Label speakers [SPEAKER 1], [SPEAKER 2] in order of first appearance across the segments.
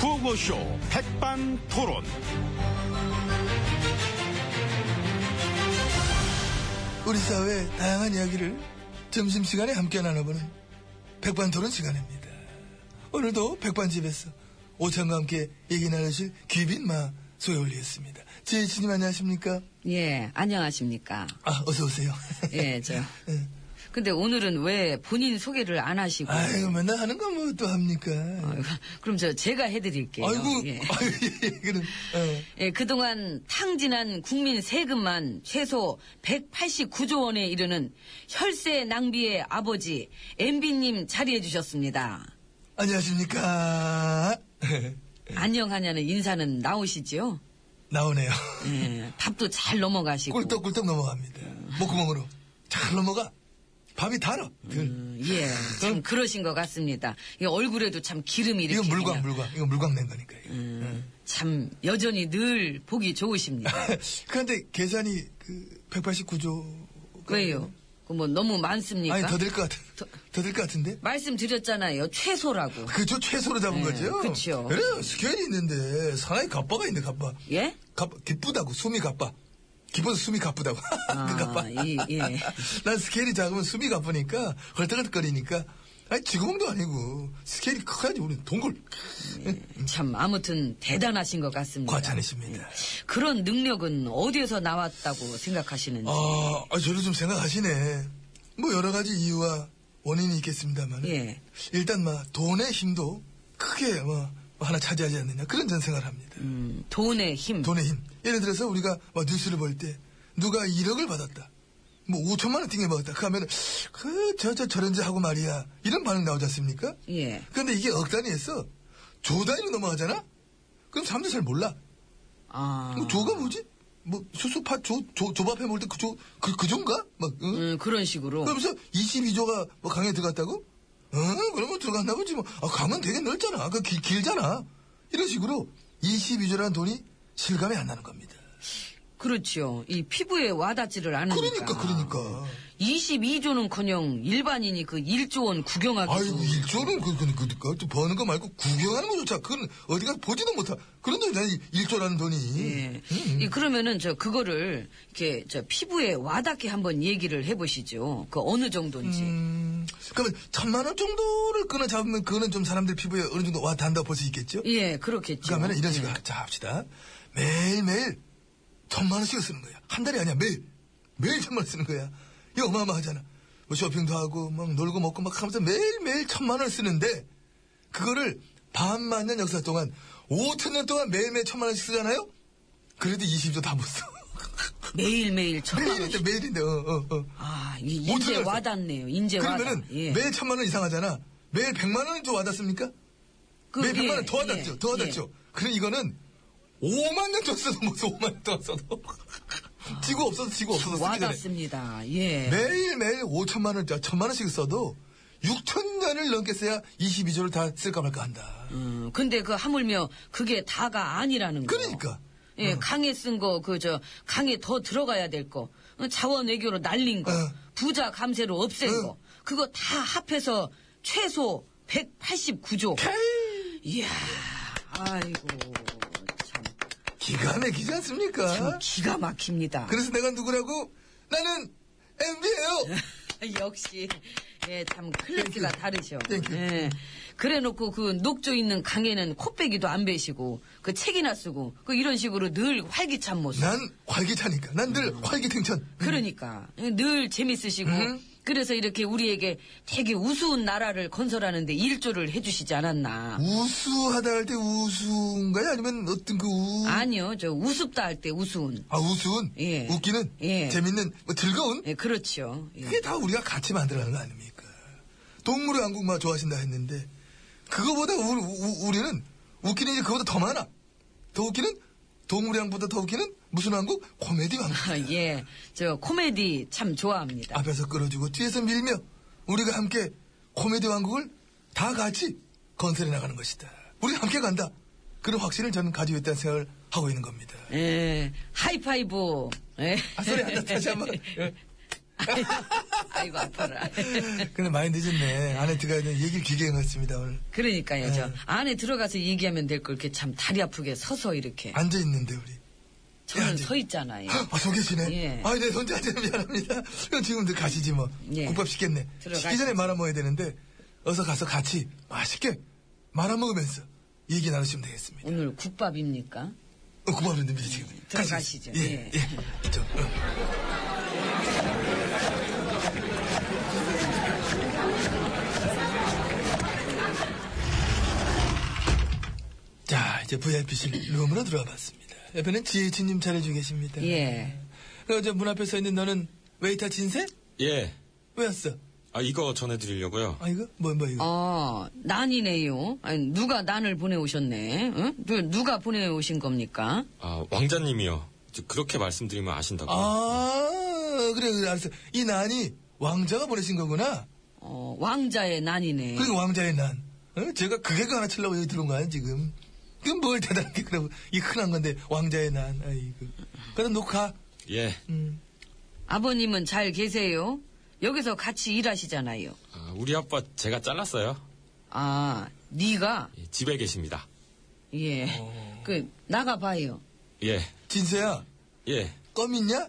[SPEAKER 1] 구호쇼 백반 토론.
[SPEAKER 2] 우리 사회의 다양한 이야기를 점심시간에 함께 나눠보는 백반토론 시간입니다. 오늘도 백반집에서 오찬과 함께 얘기 나누실 귀빈마 소개올리겠습니다. 지혜진님 안녕하십니까?
[SPEAKER 3] 예, 안녕하십니까.
[SPEAKER 2] 아, 어서오세요.
[SPEAKER 3] 예, 저. 근데 오늘은 왜 본인 소개를 안 하시고.
[SPEAKER 2] 아이고, 맨날 하는 거 뭐 또 합니까?
[SPEAKER 3] 아이고, 그럼 저 제가 해드릴게요.
[SPEAKER 2] 아이고,
[SPEAKER 3] 예.
[SPEAKER 2] 아이고, 그럼, 어.
[SPEAKER 3] 예, 그동안 탕진한 국민 세금만 최소 189조 원에 이르는 혈세 낭비의 아버지 엠비님 자리해 주셨습니다.
[SPEAKER 2] 안녕하십니까? 예.
[SPEAKER 3] 안녕하냐는 인사는 나오시지요?
[SPEAKER 2] 나오네요.
[SPEAKER 3] 예, 밥도 잘 넘어가시고.
[SPEAKER 2] 꿀떡꿀떡 넘어갑니다. 목구멍으로. 잘 넘어가. 밥이 달아. 늘.
[SPEAKER 3] 음, 예, 참 그러신 것 같습니다. 이 얼굴에도 참 기름이 이렇게. 음.
[SPEAKER 2] 이건 물광,
[SPEAKER 3] 그냥
[SPEAKER 2] 물광. 이건 물광 낸 거니까. 이거.
[SPEAKER 3] 참 여전히 늘 보기 좋으십니다.
[SPEAKER 2] 그런데 계산이 그 189조.
[SPEAKER 3] 왜요? 그 뭐 너무 많습니까?
[SPEAKER 2] 아니 더 될 것 같은.
[SPEAKER 3] 더-
[SPEAKER 2] 더 될 것 같은데?
[SPEAKER 3] 말씀드렸잖아요. 최소라고.
[SPEAKER 2] 그저 최소로 잡은
[SPEAKER 3] 네,
[SPEAKER 2] 거죠.
[SPEAKER 3] 그쵸.
[SPEAKER 2] 그래 스케일이 있는데 사나이 갑바가 있네 갑바.
[SPEAKER 3] 예?
[SPEAKER 2] 갑 기쁘다고 숨이 갑바. 기뻐서 숨이 가쁘다고.
[SPEAKER 3] 아,
[SPEAKER 2] 그 갑바.
[SPEAKER 3] 이- 예.
[SPEAKER 2] 난 스케일이 작으면 숨이 가쁘니까 헐떡헐떡거리니까. 아니 지구멍도 아니고 스케일이 커야지 우리 동굴.
[SPEAKER 3] 그러니까. 참 아무튼 대단하신 것 같습니다.
[SPEAKER 2] 과찬이십니다.
[SPEAKER 3] 그런 능력은 어디에서 나왔다고 생각하시는지.
[SPEAKER 2] 아, 아, 저를 좀 생각하시네. 뭐 여러 가지 이유와 원인이 있겠습니다만.
[SPEAKER 3] 예.
[SPEAKER 2] 일단 막 돈의 힘도 크게 뭐 하나 차지하지 않느냐 그런 전 생각을 합니다.
[SPEAKER 3] 음, 돈의 힘.
[SPEAKER 2] 돈의 힘. 예를 들어서 우리가 뭐 뉴스를 볼 때 누가 1억을 받았다. 뭐 5천만 원 띵해 먹었다. 그 하면 그저저 저런지 하고 말이야. 이런 반응 나오지 않습니까?
[SPEAKER 3] 예.
[SPEAKER 2] 근데 이게 억 단위에서 조 단위로 넘어가잖아. 그럼 사람들 이잘 몰라.
[SPEAKER 3] 아.
[SPEAKER 2] 뭐 조가 뭐지? 뭐 수수파 조조 조밥해 먹을 때 그 조 그 그조인가? 막 응?
[SPEAKER 3] 음, 그런 식으로.
[SPEAKER 2] 그러면서 22조가 뭐 강에 들어갔다고? 어, 그러면 들어갔나 보지 뭐. 아, 강은 되게 넓잖아. 그 길, 길잖아. 이런 식으로 22조라는 돈이 실감이 안 나는 겁니다.
[SPEAKER 3] 그렇지요. 그렇죠. 이 피부에 와닿지를 않으니까.
[SPEAKER 2] 그러니까, 그러니까.
[SPEAKER 3] 22조는커녕 일반인이 그 1조 원 구경하기도.
[SPEAKER 2] 아이고, 1조는 그, 그, 그, 그, 그 버는 거 말고 구경하는 거조차 그건 어디 가서 보지도 못하. 그런 돈이 아니, 1조라는 돈이.
[SPEAKER 3] 예. 이, 그러면은 저 그거를 이렇게 저 피부에 와닿게 한번 얘기를 해보시죠. 그 어느 정도인지.
[SPEAKER 2] 음, 그러면 천만 원 정도를 끊어 잡으면 그거는 좀 사람들 피부에 어느 정도 와 닿는다고 볼 수 있겠죠?
[SPEAKER 3] 예, 그렇겠죠.
[SPEAKER 2] 그러면 이런
[SPEAKER 3] 예.
[SPEAKER 2] 식으로 하- 자 합시다. 매일매일 천만 원씩 쓰는 거야. 한 달이 아니야. 매일 매일 천만 원 쓰는 거야. 이거 어마어마하잖아. 뭐 쇼핑도 하고 막 놀고 먹고 막 하면서 매일매일 천만 원 쓰는데 그거를 반만 년 역사 동안 5천 년 동안 매일매일 천만 원씩 쓰잖아요. 그래도 20조 다 못 써.
[SPEAKER 3] 매일매일 천만 원.
[SPEAKER 2] 매일인데 매일인데 어, 어, 어.
[SPEAKER 3] 아, 이- 인제
[SPEAKER 2] 오천을
[SPEAKER 3] 와닿네요. 인제
[SPEAKER 2] 그러면은
[SPEAKER 3] 와닿. 예.
[SPEAKER 2] 매일 천만 원 이상하잖아. 매일 백만 원이 좀 와닿습니까?
[SPEAKER 3] 그,
[SPEAKER 2] 매일
[SPEAKER 3] 예,
[SPEAKER 2] 100만 네, 원더
[SPEAKER 3] 예,
[SPEAKER 2] 와닿죠. 더 와닿죠. 그럼 이거는 5만 년 동안 써도 뭐 못써 5만 년 동안 써도. 지구 없어서 지구
[SPEAKER 3] 예.
[SPEAKER 2] 없어서 쓰기 전에.
[SPEAKER 3] 와닿습니다. 예.
[SPEAKER 2] 매일매일 5천만 원, 1천만 원씩 써도 6천 년을 넘게 써야 22조를 다 쓸까 말까 한다.
[SPEAKER 3] 음, 근데 그 하물며 그게 다가 아니라는 거.
[SPEAKER 2] 그러니까.
[SPEAKER 3] 예, 강에 쓴 거, 그, 저, 강에 더 들어가야 될 거, 어, 자원 외교로 날린 거,
[SPEAKER 2] 어.
[SPEAKER 3] 부자 감세로 없앤
[SPEAKER 2] 어.
[SPEAKER 3] 거, 그거 다 합해서 최소 189조. 이야, 아이고, 참,
[SPEAKER 2] 기가 막히지
[SPEAKER 3] 참
[SPEAKER 2] 않습니까?
[SPEAKER 3] 기가 막힙니다.
[SPEAKER 2] 어? 그래서 내가 누구라고? 나는 MB예요.
[SPEAKER 3] 역시 예 참 클래스가 다르셔.
[SPEAKER 2] 땡큐.
[SPEAKER 3] 예. 그래놓고 그 녹조 있는 강에는 코빼기도 안 베시고 그 책이나 쓰고 그 이런 식으로 늘 활기찬 모습.
[SPEAKER 2] 난 활기차니까. 난 늘
[SPEAKER 3] 음.
[SPEAKER 2] 활기탱천.
[SPEAKER 3] 그러니까 늘 재밌으시고
[SPEAKER 2] 음.
[SPEAKER 3] 그래서 이렇게 우리에게 되게 우스운 나라를 건설하는데 일조를 해주시지 않았나.
[SPEAKER 2] 우수하다 할 때 우수인가요? 아니면 어떤 그 우...
[SPEAKER 3] 아니요, 저 우습다 할 때 우스운.
[SPEAKER 2] 아, 우스운?
[SPEAKER 3] 예.
[SPEAKER 2] 웃기는?
[SPEAKER 3] 예.
[SPEAKER 2] 재밌는? 뭐 즐거운?
[SPEAKER 3] 예, 그렇죠. 예.
[SPEAKER 2] 그게 다 우리가 같이 만들어가는 거 아닙니까? 동물의 왕국만 좋아하신다 했는데, 그거보다 우, 리는 웃기는 게 그거보다 더 많아. 더 웃기는? 동물의 왕국보다 더 웃기는? 무슨 왕국? 코미디 왕국.
[SPEAKER 3] 아, 예, 저 코미디 참 좋아합니다.
[SPEAKER 2] 앞에서 끌어주고 뒤에서 밀며 우리가 함께 코미디 왕국을 다 같이 건설해 나가는 것이다. 우리 함께 간다. 그런 확신을 저는 가지고 있다는 생각을 하고 있는 겁니다.
[SPEAKER 3] 예, 하이파이브. 예.
[SPEAKER 2] 아, 소리 안 나. 다시 한 번.
[SPEAKER 3] 아이고, 아파라.
[SPEAKER 2] 근데 많이 늦었네. 안에 들어가야 되는 얘기를 길게 한 것 같습니다, 오늘.
[SPEAKER 3] 그러니까요, 저.
[SPEAKER 2] 네.
[SPEAKER 3] 안에 들어가서 얘기하면 될 걸 이렇게 참 다리 아프게 서서 이렇게.
[SPEAKER 2] 앉아있는데, 네, 우리.
[SPEAKER 3] 저는
[SPEAKER 2] 해야지.
[SPEAKER 3] 서 있잖아요.
[SPEAKER 2] 아, 저 계시네.
[SPEAKER 3] 예.
[SPEAKER 2] 아, 네, 손자한테 미안합니다. 그럼 지금도 가시지 뭐.
[SPEAKER 3] 예.
[SPEAKER 2] 국밥 시켰네.
[SPEAKER 3] 들어가시죠.
[SPEAKER 2] 시기 전에 말아 먹어야 되는데, 어서 가서 같이 맛있게 말아 먹으면서 얘기 나누시면 되겠습니다.
[SPEAKER 3] 오늘 국밥입니까?
[SPEAKER 2] 어, 고맙습니다, 미리 지금.
[SPEAKER 3] 음, 들어가시죠.
[SPEAKER 2] 가시죠.
[SPEAKER 3] 예.
[SPEAKER 2] 예, 예. 저, 어. 자, 이제 VIP실 룸으로 들어와 봤습니다. 옆에는 GH님 잘해주고 계십니다.
[SPEAKER 3] 예.
[SPEAKER 2] 어제 문 앞에 서 있는 너는 웨이터 진세?
[SPEAKER 4] 예.
[SPEAKER 2] 왜 왔어?
[SPEAKER 4] 아, 이거 전해드리려고요.
[SPEAKER 2] 아 이거 뭐야 뭐 이거?
[SPEAKER 3] 아, 난이네요. 아니, 누가 난을 보내오셨네. 응? 누- 누가 보내오신 겁니까?
[SPEAKER 4] 아, 왕자님이요. 이제 그렇게 말씀드리면 아신다고.
[SPEAKER 2] 아 그래 그래 알았어. 이 난이 왕자가 보내신 거구나.
[SPEAKER 3] 어, 왕자의 난이네.
[SPEAKER 2] 그게 왕자의 난. 어? 제가 그게 그 하나 치려고 여기 들어온 거 아니야 지금? 그럼 뭘 대단하게 그러고 이 흔한 건데 왕자의 난. 아이고. 그럼 녹화.
[SPEAKER 4] 예.
[SPEAKER 2] 음.
[SPEAKER 3] 아버님은 잘 계세요? 여기서 같이 일하시잖아요.
[SPEAKER 4] 아, 우리 아빠 제가 잘랐어요.
[SPEAKER 3] 아, 네가
[SPEAKER 4] 예, 집에 계십니다.
[SPEAKER 3] 예.
[SPEAKER 2] 어.
[SPEAKER 3] 그 나가 봐요.
[SPEAKER 4] 예.
[SPEAKER 2] 진세야
[SPEAKER 4] 예.
[SPEAKER 2] 껌 있냐?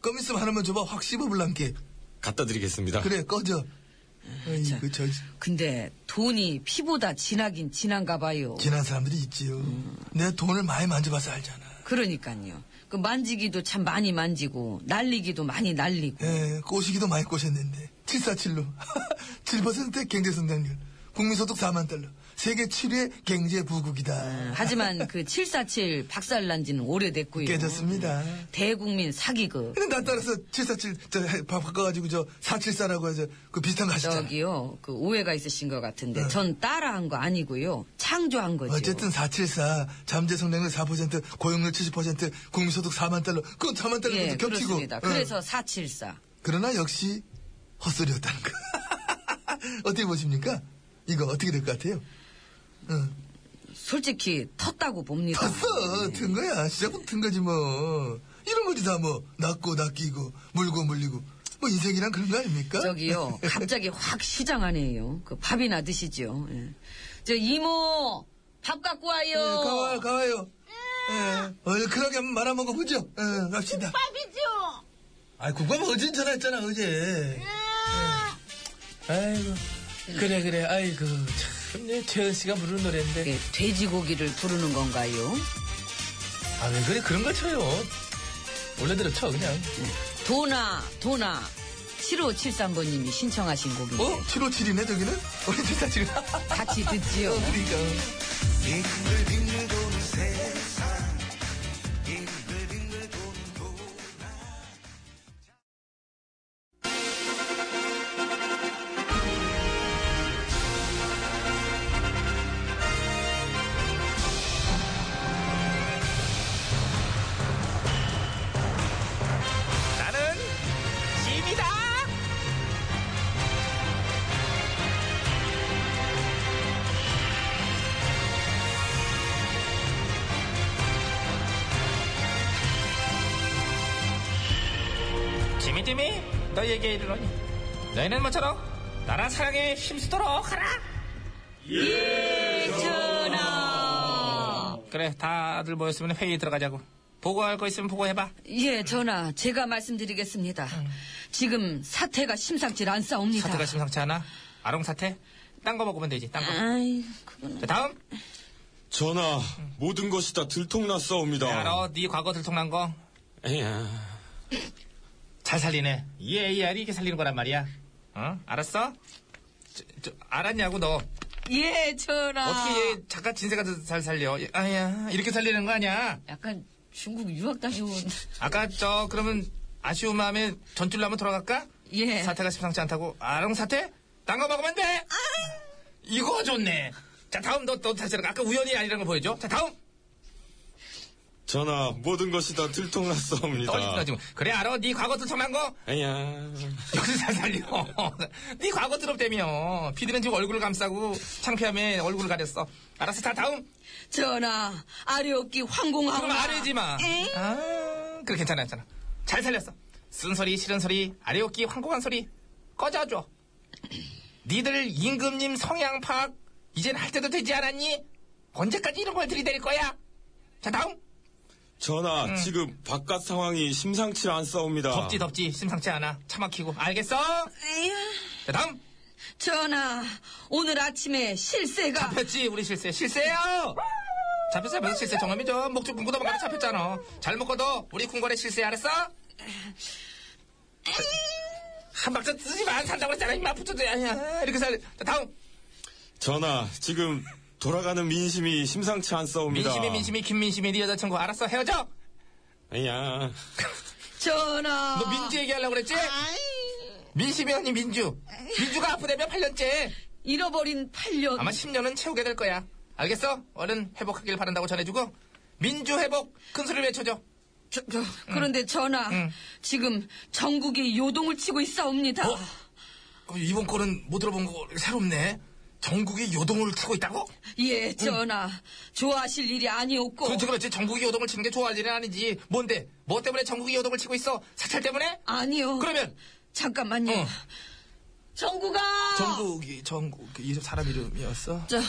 [SPEAKER 2] 껌 있으면 하나만 줘봐 확 씹어볼란게.
[SPEAKER 4] 갖다 드리겠습니다.
[SPEAKER 2] 그래 꺼져. 아이고 저
[SPEAKER 3] 근데 돈이 피보다 진하긴 진한가 봐요.
[SPEAKER 2] 지난 사람들이 있지요.
[SPEAKER 3] 음.
[SPEAKER 2] 내가 돈을 많이 만져봐서 알잖아.
[SPEAKER 3] 그러니까요. 그 만지기도 참 많이 만지고 날리기도 많이 날리고.
[SPEAKER 2] 예, 꼬시기도 많이 꼬셨는데. 747로. 7%의 경제 성장률. 국민 소득 4만 달러. 세계 7위의 경제 부국이다.
[SPEAKER 3] 하지만 그 747 박살난 지는 오래됐고요.
[SPEAKER 2] 깨졌습니다.
[SPEAKER 3] 대국민 사기극.
[SPEAKER 2] 근데 나 따라서 747, 저, 해- 바- 바꿔가지고 저, 474라고 해서 그 비슷한 거 하시잖아.
[SPEAKER 3] 저기요. 그 오해가 있으신 것 같은데 전 따라한 거 아니고요. 창조한 거죠.
[SPEAKER 2] 네. 어쨌든 474, 잠재 성장률 4%, 고용률 70%, 국민 소득 4만 달러. 그건 4만 달러도
[SPEAKER 3] 예,
[SPEAKER 2] 겹치고. 네.
[SPEAKER 3] 그렇습니다.
[SPEAKER 2] 응.
[SPEAKER 3] 그래서 474.
[SPEAKER 2] 그러나 역시 헛소리였다는 거. 어떻게 보십니까? 이거 어떻게 될 것 같아요? 응.
[SPEAKER 3] 솔직히 텄다고 봅니다.
[SPEAKER 2] 봤어.
[SPEAKER 3] 네.
[SPEAKER 2] 든 거야. 시작은 든 거지 뭐. 이런 거지 다 뭐. 낚고 낚이고 물고 물리고. 뭐 인생이란 그런 거 아닙니까?
[SPEAKER 3] 저기요, 갑자기 확 시장하네요. 그 밥이나 드시죠. 예. 저 이모, 밥 갖고 와요.
[SPEAKER 2] 예, 가와요 가와요.
[SPEAKER 5] 아.
[SPEAKER 2] 예. 얼큰하게 한번 말아먹어 보죠. 예, 갑시다.
[SPEAKER 5] 밥이죠.
[SPEAKER 2] 아이 국밥 어제 전화했잖아 어제.
[SPEAKER 5] 아.
[SPEAKER 2] 예. 아이고. 그래 그래 아이고 참 최은 씨가 부르는 노래인데
[SPEAKER 3] 예, 돼지고기를 부르는 건가요?
[SPEAKER 2] 아 왜 그래 그런 걸 쳐요 원래대로 쳐 그냥
[SPEAKER 3] 도나, 도나. 7573번님이 신청하신 곡인데
[SPEAKER 2] 어? 757이네 저기는? 우리 그러니까. 진짜 지금 우리가
[SPEAKER 3] 같이
[SPEAKER 2] 어,
[SPEAKER 3] 듣지요.
[SPEAKER 1] 나는 짐이다. 짐이 짐이 너에게 이르노니 너희는 모처럼 나라 사랑에 힘쓰도록 하라.
[SPEAKER 3] 전하.
[SPEAKER 1] 그래 다들 모였으면 회의 들어가자고. 보고할 거 있으면 보고해봐.
[SPEAKER 3] 예, 전하. 제가 말씀드리겠습니다. 지금 사태가 심상치 않사옵니다.
[SPEAKER 1] 사태가 심상치 않아? 아롱 사태? 딴 거 먹으면 되지. 딴 거.
[SPEAKER 3] 아이, 그건
[SPEAKER 1] 자, 다음.
[SPEAKER 4] 전하, 모든 것이 다 들통났사옵니다.
[SPEAKER 1] 야, 너네 과거 들통난 거 잘
[SPEAKER 4] 에야.
[SPEAKER 1] 살리네. 이 AR이 이렇게 살리는 거란 말이야. 어? 알았어? 저, 저, 알았냐고 너.
[SPEAKER 3] 예, 전하.
[SPEAKER 1] 어떻게 얘 작가 진세가 더 잘 살려? 얘, 아야 이렇게 살리는 거 아니야.
[SPEAKER 3] 약간 중국 유학 다녀온.
[SPEAKER 1] 아까 저 그러면 아쉬운 마음에 전줄로 한번 돌아갈까?
[SPEAKER 3] 예.
[SPEAKER 1] 사태가 심상치 않다고 아롱 사태? 딴 거 먹으면 돼. 이거 좋네. 자 다음 너 너 다시 들어가. 아까 우연이 아니라는 거 보여줘. 자 다음.
[SPEAKER 4] 전하, 모든 것이 다 들통났사옵니다.
[SPEAKER 1] 떨리구나 지금. 그래 알아. 네 과거 들통난 거
[SPEAKER 4] 에야.
[SPEAKER 1] 여기서 잘 살려. 네 과거 드럽대며. 피디는 지금 얼굴을 감싸고 창피함에 얼굴을 가렸어. 알았어, 자 다음.
[SPEAKER 3] 전하, 아래없기 황공하고.
[SPEAKER 1] 그럼 아래지 마.
[SPEAKER 3] 에잉?
[SPEAKER 1] 아, 그래 괜찮아, 괜찮아. 잘 살렸어. 쓴 소리, 싫은 소리, 아래웃기, 황공한 소리. 꺼져줘. 니들 임금님 성향 파악 이젠 할 때도 되지 않았니? 언제까지 이런 걸 들이댈 거야? 자 다음.
[SPEAKER 4] 전하,
[SPEAKER 1] 음.
[SPEAKER 4] 지금 바깥 상황이 심상치 않사옵니다.
[SPEAKER 1] 덥지 덥지 심상치 않아. 차 막히고 알겠어?
[SPEAKER 3] 에휴,
[SPEAKER 1] 자 다음.
[SPEAKER 3] 전하, 오늘 아침에 실세가
[SPEAKER 1] 잡혔지 우리 실세 실세요. 잡혔어요 무슨 실세 정엄이죠 목줄 군고다 먹다가 잡혔잖아 잘 먹고도 우리 군관의 실세 알았어? 한 박자 쓰지 마 산다고 그랬잖아 이마 붙여도 아니야 이렇게 살 자, 다음
[SPEAKER 4] 전하, 지금 돌아가는 민심이 심상치 않사옵니다.
[SPEAKER 1] 민심이 민심이 김민심이 네 여자친구 알았어 헤어져
[SPEAKER 4] 야
[SPEAKER 3] 전하.
[SPEAKER 1] 너 민주 얘기하려고 그랬지? 민심이 언니 민주 민주가 아프다며 8년째
[SPEAKER 3] 잃어버린 8년.
[SPEAKER 1] 아마 10년은 채우게 될 거야 알겠어? 얼른 회복하길 바란다고 전해주고 민주 회복 큰 소리를 외쳐줘
[SPEAKER 3] 저, 저, 그런데 전하, 지금 전국이 요동을 치고 있사옵니다.
[SPEAKER 1] 어?
[SPEAKER 2] 어, 이번 거는 못 들어본 거 새롭네. 전국이 요동을 치고 있다고?
[SPEAKER 3] 예, 전하. 좋아하실 일이 아니었고.
[SPEAKER 1] 그렇지 그렇지 전국이 요동을 치는 게 좋아할 일은 아니지 뭔데 뭐 때문에 전국이 요동을 치고 있어 사찰 때문에
[SPEAKER 3] 아니요.
[SPEAKER 1] 그러면
[SPEAKER 3] 잠깐만요.
[SPEAKER 1] 어.
[SPEAKER 3] 정국아!
[SPEAKER 2] 전국이 전국 이 사람 이름이었어?
[SPEAKER 3] 저,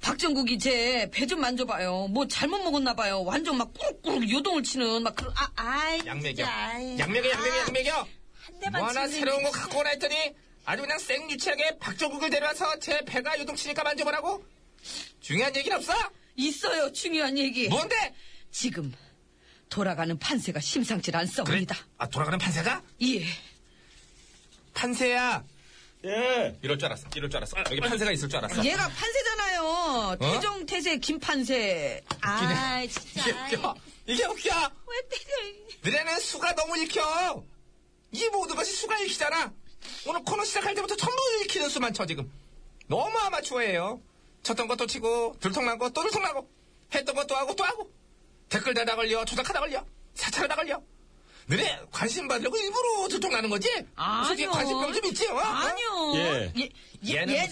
[SPEAKER 3] 박정국이 제 배 좀 만져봐요. 뭐 잘못 먹었나봐요. 완전 막 꾸룩꾸룩 요동을 치는 막 그런, 아, 아이.
[SPEAKER 1] 양맥이야
[SPEAKER 3] 진짜, 아이.
[SPEAKER 1] 양맥이야 양맥이야 양맥이야
[SPEAKER 3] 한 대만
[SPEAKER 1] 뭐 하나
[SPEAKER 3] 치면
[SPEAKER 1] 새로운 거 갖고 오라 했더니 아주 그냥 생 유치하게 박정국을 데려와서 제 배가 요동치니까 만져보라고 중요한 얘기는 없어
[SPEAKER 3] 있어요, 중요한 얘기.
[SPEAKER 1] 뭔데
[SPEAKER 3] 지금, 돌아가는 판세가 심상치 않습니다.
[SPEAKER 1] 아 돌아가는 판세가
[SPEAKER 3] 예.
[SPEAKER 1] 판세야
[SPEAKER 4] 예.
[SPEAKER 1] 이럴 줄 알았어 이럴 줄 알았어 여기 판세가 있을 줄 알았어 어?
[SPEAKER 3] 얘가 판세잖아요. 태종, 태세, 김판세. 아,
[SPEAKER 1] 이게
[SPEAKER 3] 진짜. 아이.
[SPEAKER 1] 웃겨 이게 웃겨
[SPEAKER 3] 왜 때려.
[SPEAKER 1] 너네는 수가 너무 읽혀. 이 모든 것이 수가 읽히잖아. 오늘 코너 시작할 때부터 전부 읽히는 수만 쳐 지금. 너무 아마추어예요. 쳤던 것도 치고 들통난 거또 들통나고 했던 것도 하고 또 하고 댓글 다다 걸려 조작하다 걸려 사찰하다 걸려. 너네 관심 받으려고 일부러 들통나는 거지? 솔직히
[SPEAKER 3] 아니요.
[SPEAKER 1] 관심병 좀 있지? 어? 어?
[SPEAKER 3] 아니요.
[SPEAKER 4] 예.
[SPEAKER 3] 얘, 얘, 얘, 얘,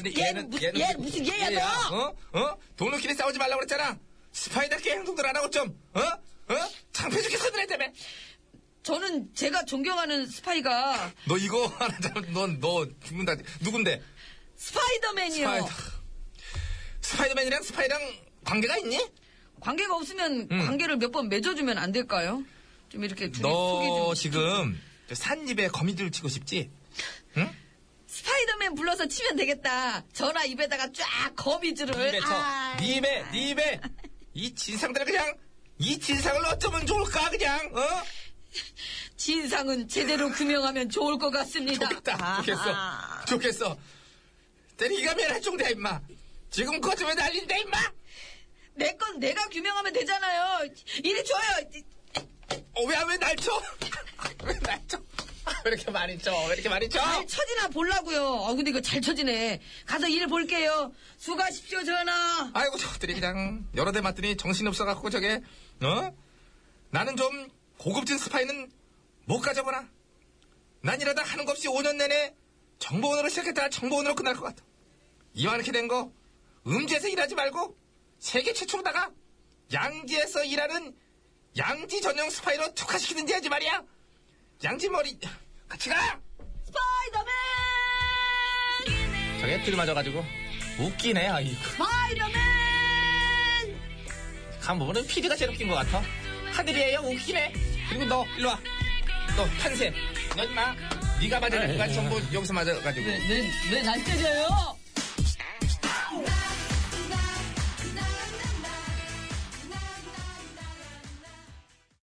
[SPEAKER 3] 무슨, 얘, 무슨 얘야, 너?
[SPEAKER 1] 어? 어? 동료끼리 싸우지 말라고 그랬잖아. 스파이답게 행동들 안 하고 좀 어? 어? 창피해 죽겠어 너네 때문에.
[SPEAKER 3] 저는 제가 존경하는 스파이가
[SPEAKER 1] 너 이거 하나 잘못, 넌, 너 죽는다. 누군데?
[SPEAKER 3] 스파이더맨이요.
[SPEAKER 1] 스파이더. 스파이더맨이랑 스파이랑 관계가 있니?
[SPEAKER 3] 관계가 없으면 관계를 몇 번 맺어주면 안 될까요? 좀 이렇게 둘이 소개
[SPEAKER 1] 음. 너
[SPEAKER 3] 좀.
[SPEAKER 1] 지금 저 산입에 거미줄 치고 싶지?
[SPEAKER 3] 스파이더맨 불러서 치면 되겠다. 전화 입에다가 쫙 거미줄을. 아,
[SPEAKER 1] 입에 쳐. 네 입에, 네 입에. 이 진상들을 그냥, 이 진상을 어쩌면 좋을까, 그냥, 어?
[SPEAKER 3] 진상은 제대로 구명하면 좋을 것 같습니다.
[SPEAKER 1] 좋겠다.
[SPEAKER 3] 아,
[SPEAKER 1] 좋겠어. 좋겠어. 때리기가 매일 한쪽대, 임마. 지금 거점에 날린대, 임마!
[SPEAKER 3] 내 건 내가 규명하면 되잖아요. 이리 줘요.
[SPEAKER 1] 어, 왜, 왜 날 쳐? 왜 날 쳐? 왜 이렇게 많이 쳐? 왜 이렇게 많이 쳐?
[SPEAKER 3] 잘 쳐지나 보려고요. 어, 근데 이거 잘 쳐지네. 가서 일 볼게요. 수고하십시오, 전하.
[SPEAKER 1] 아이고 저것들이 그냥 여러 대 맞더니 정신이 없어갖고 저게 어? 나는 좀 고급진 스파이는 못 가져보나 난 이러다 하는 거 없이 5년 내내 정보원으로 시작했다가 정보원으로 끝날 것 같아 이왕 이렇게 된 거 음지에서 일하지 말고 세계 최초로다가 양지에서 일하는 양지 전용 스파이로 특화시키든지 하지 말이야 양지 머리 같이 가
[SPEAKER 3] 스파이더맨!
[SPEAKER 1] 저게 들 맞아가지고 웃기네 아이고
[SPEAKER 3] 스파이더맨!
[SPEAKER 1] 간 부분은 피디가 제일 웃긴 것 같아. 하늘이에요, 웃기네. 그리고 너, 일로 와. 너, 판세. 너 임마. 네가 맞아야 될거 전부 여기서 맞아가지고.
[SPEAKER 3] 왜, 왜 날 때려요?